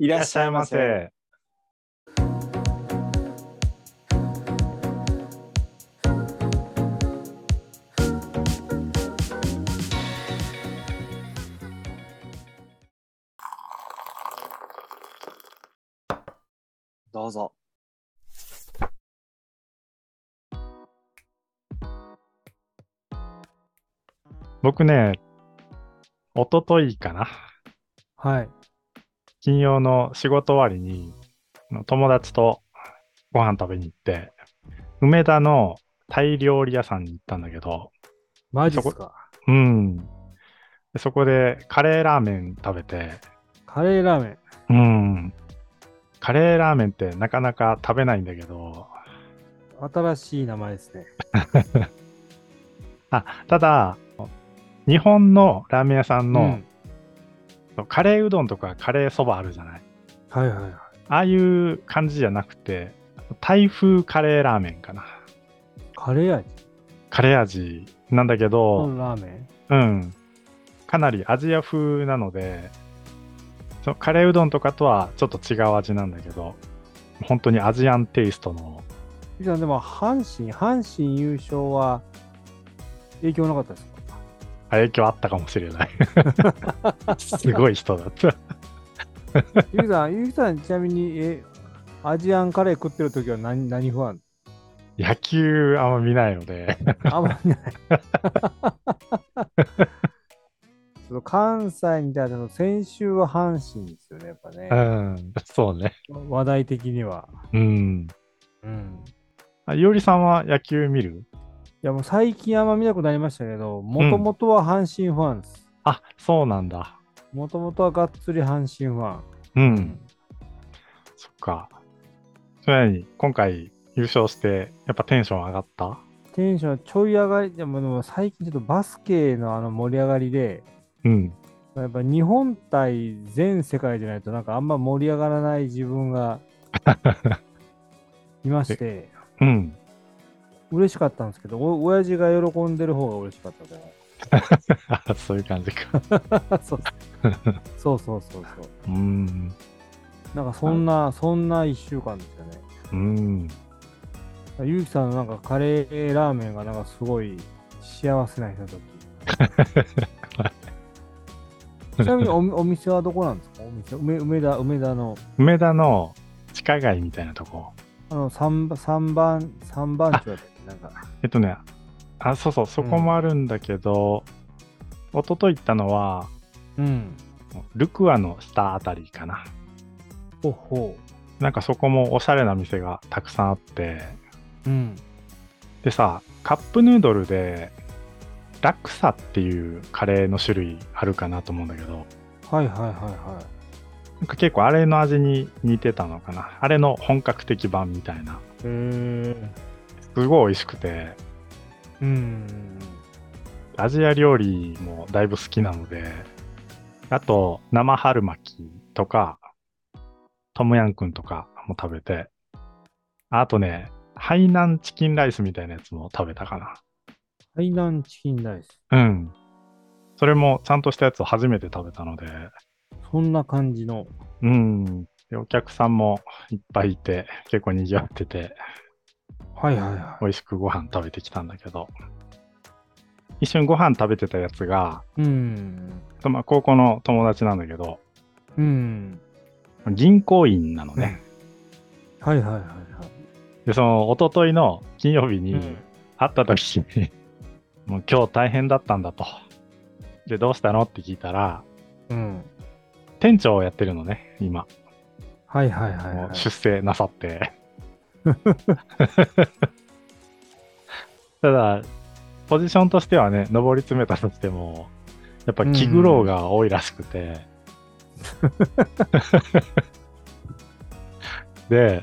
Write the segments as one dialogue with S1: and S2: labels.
S1: い
S2: い
S1: らっしゃいませ。。
S2: どうぞ。
S1: 僕ね、おとといかな。
S3: はい。
S1: 金曜の仕事終わりに、あの友達とご飯食べに行って、梅田のタイ料理屋さんに行ったんだけど、
S3: マジっすか。
S1: うん。でそこでカレーラーメン食べて、
S3: カレーラーメン。
S1: うん。カレーラーメンってなかなか食べないんだけど、
S3: 新しい名前ですね。
S1: ただ、日本のラーメン屋さんの、カレーうどんとかカレーそばあるじゃない。
S3: うん。はいはいはい。
S1: ああいう感じじゃなくて、台風カレーラーメンかな。
S3: カレー味
S1: カレー味なんだけど、
S3: のラーメン
S1: うん、かなりアジア風なので、そのカレーうどんとかとはちょっと違う味なんだけど、本当にアジアンテイストの、
S3: じゃあでも、阪神、阪神優勝は影響なかった ですか
S1: あ影響あったかもしれ ない。すごい人だった。
S3: ゆきさん、ゆきさん、ちなみに、え、アジアンカレー食ってる時は何、何不 安
S1: 野球あんま見ないので、
S3: あんまりない。 その関西みたいなの、先週は阪神ですよね、やっぱ
S1: う
S3: ね。
S1: ん、 そうね。
S3: 話題的には。
S1: うん。
S3: うん。
S1: あいおりさんは野球見る
S3: いやもう最近あんま見なくなりましたけど、もともとは阪神ファンです。
S1: あ、そうなんだ。
S3: もともとはがっつり阪神ファン。
S1: うん。
S3: うん
S1: そっか。それなのに、今回優勝して、やっぱテンション上がった
S3: テンションちょい上がり、でもでも最近ちょっとバスケのあの盛り上がりで、
S1: うん。
S3: やっぱ日本対全世界じゃないとなんかあんま盛り上がらない自分がいまして、
S1: うん。
S3: 嬉しかったんですけど、お親父が喜んでる方が嬉しかったじゃない
S1: あそういう感じか。
S3: そうそうそうそうそう。
S1: うん。
S3: なんかそんな、そんな一週間ですよね。
S1: うん。
S3: ゆうきさんのなんかカレーラーメンがなんかすごい幸せな人だった ちなみにおお店はどこなんですかお店梅梅田梅田の
S1: 梅田の地下街みたいなとこ。
S3: あの 3, 三番三番地だったっけなんか
S1: えっとね、あ、そうそう、そこもあるんだけど、一昨日行ったのは、
S3: うん
S1: ルクアの下あたりかな。
S3: ほほ
S1: なんかそこもおしゃれな店がたくさんあって、
S3: ううん
S1: でさ、カップヌードルで、ラクサっていうカレーの種類あるかなと思うんだけど、
S3: はいはいはいは
S1: なんか結構あれの味に似てたのかな。あれの本格的版みたいな。
S3: いへえ
S1: すごい美味しくて、
S3: うん
S1: アジア料理もだいぶ好きなので、あと生春巻きとか、トムヤンクンとかも食べて、あとね、ハイナンチキンライスみたいなやつも食べたか
S3: 海南チキンライス
S1: な。うん。それもちゃんとしたやつを初めて食べたので、
S3: そんな感じの
S1: うん。でお客さんもいっぱいいて、結構賑わってて、
S3: はいはいは
S1: 美味しくご飯食べてきたんだけど一緒にご飯食べてたやつが、
S3: いうん
S1: とまあ、高校の友達なんだけど
S3: うん
S1: 銀行員なのね、
S3: はいはいはいはい
S1: でその一昨日の金曜日に
S3: うん
S1: 会った時に、 もう今日大変だったんだとでどうしたのって聞いたら
S3: うん
S1: 店長をやってるのね今、
S3: はいはいはい
S1: も
S3: は
S1: う
S3: い
S1: 出世なさって ただポジションとしてはね上り詰めたとしてもやっぱ気苦労が多いらしくて、 で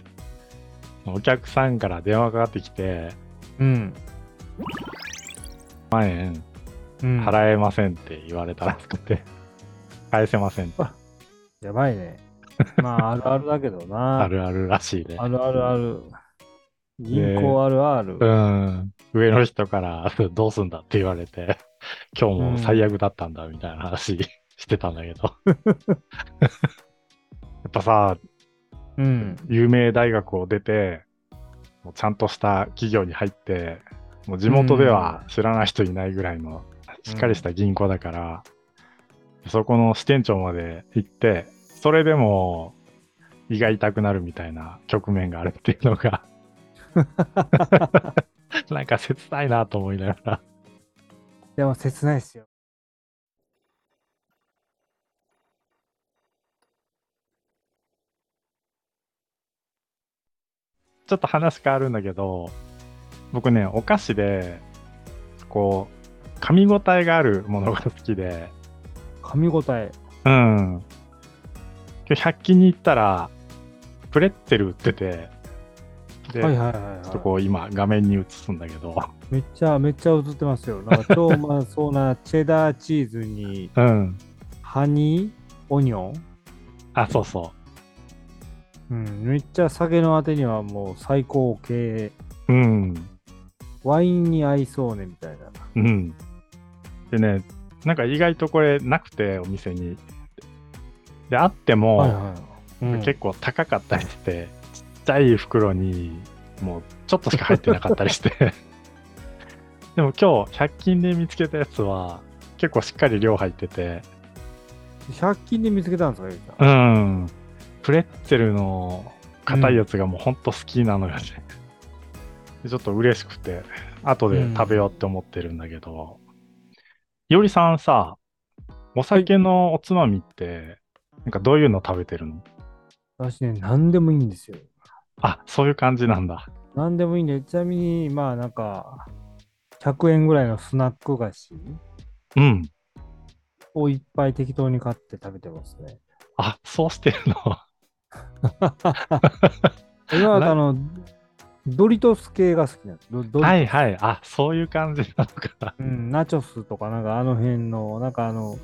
S1: お客さんから電話かかってきて
S3: うん
S1: 「万円
S3: うん
S1: 払えません」って言われたらしくて「返せません」って
S3: やばい ね。まあ、あるあるだけどな。
S1: あるあるらしいね。
S3: あるあるある。銀行あるある。
S1: うん、上の人から 「どうすんだ?」って言われて 「今日も最悪だったんだ」みたいな話してたんだけどやっぱさ、
S3: うん。
S1: 有名大学を出て、もうちゃんとした企業に入って、もう地元では知らない人いないぐらいの、しっかりした銀行だから、そこの支店長まで行って、それでも胃が痛くなるみたいな局面があるっていうのが、なんか切ないなと思いながら。
S3: でも切ないっすよ。
S1: ちょっと話変わるんだけど、僕ね、お菓子で、こう、噛み応えがあるものが好きで、
S3: 噛み応え。
S1: うん。今日100均に行ったら、プレッツェル売ってて、で、
S3: はいはいはい、はい。
S1: ちょっとこう今画面に映すんだけど、
S3: めっちゃめっちゃ映ってますよ。なんか超うまそうなチェダーチーズに
S1: うん。
S3: ハニーオニオン、
S1: あ、そうそ
S3: うん、めっちゃ酒のあてにはもう最高系
S1: う。うん。
S3: ワインに合いそうねみたいな。
S1: うん。でね、なんか意外とこれなくて、お店に。で、あっても、
S3: い。うん、
S1: 結構高かったりして、ちっちゃい袋にもうちょっとしか入ってなかったりして でも今日100均で見つけたやつは結構しっかり量入ってて
S3: 100均で見つけたんですかゆうちゃん
S1: うんプレッツェルの硬いやつがもうほんと好きなのよね、でちょっと嬉しくて後で食べようって思ってるんだけど、いおりさんさお酒のおつまみってなんかどういうの食べてるの
S3: 私ね、何でもいいんですよ。
S1: あそういう感じなんだ
S3: 何でもいいんで、ちなみに、まあなんか、100円ぐらいのスナック菓子
S1: うん
S3: をいっぱい適当に買って食べてます ね。
S1: あ、そうして るの。
S3: 今は
S1: な
S3: あの、ドリトス系が好きなんです。ドドリ
S1: はいはい。あ、そういう感じなのか。
S3: うん、ナチョスとかなんかあの辺の、なんかあの、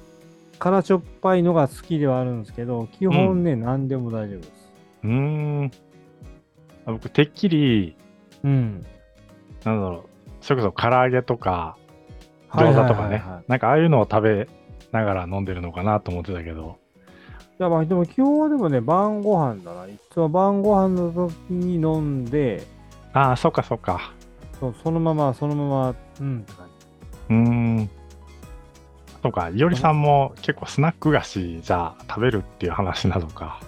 S3: 辛しょっぱいのが好きではあるんですけど、基本ね、何でも大丈夫です。
S1: うーん。あ僕、てっきり、
S3: うん。
S1: なんだろう、それこそ唐揚げとか、
S3: はいはい
S1: 餃
S3: はいは
S1: 子
S3: い
S1: とかね、なんかああいうのを食べながら飲んでるのかなと思ってたけど。
S3: いやまあでも基本はでもね、晩ご飯だな。いつも晩ご飯の時に飲んで、
S1: ああ、そっかそっか。
S3: そうそのまま、そのまま、うんって感じ。
S1: うーん。そうか、いおりさんも結構スナック菓子じゃあ食べるっていう話なのか。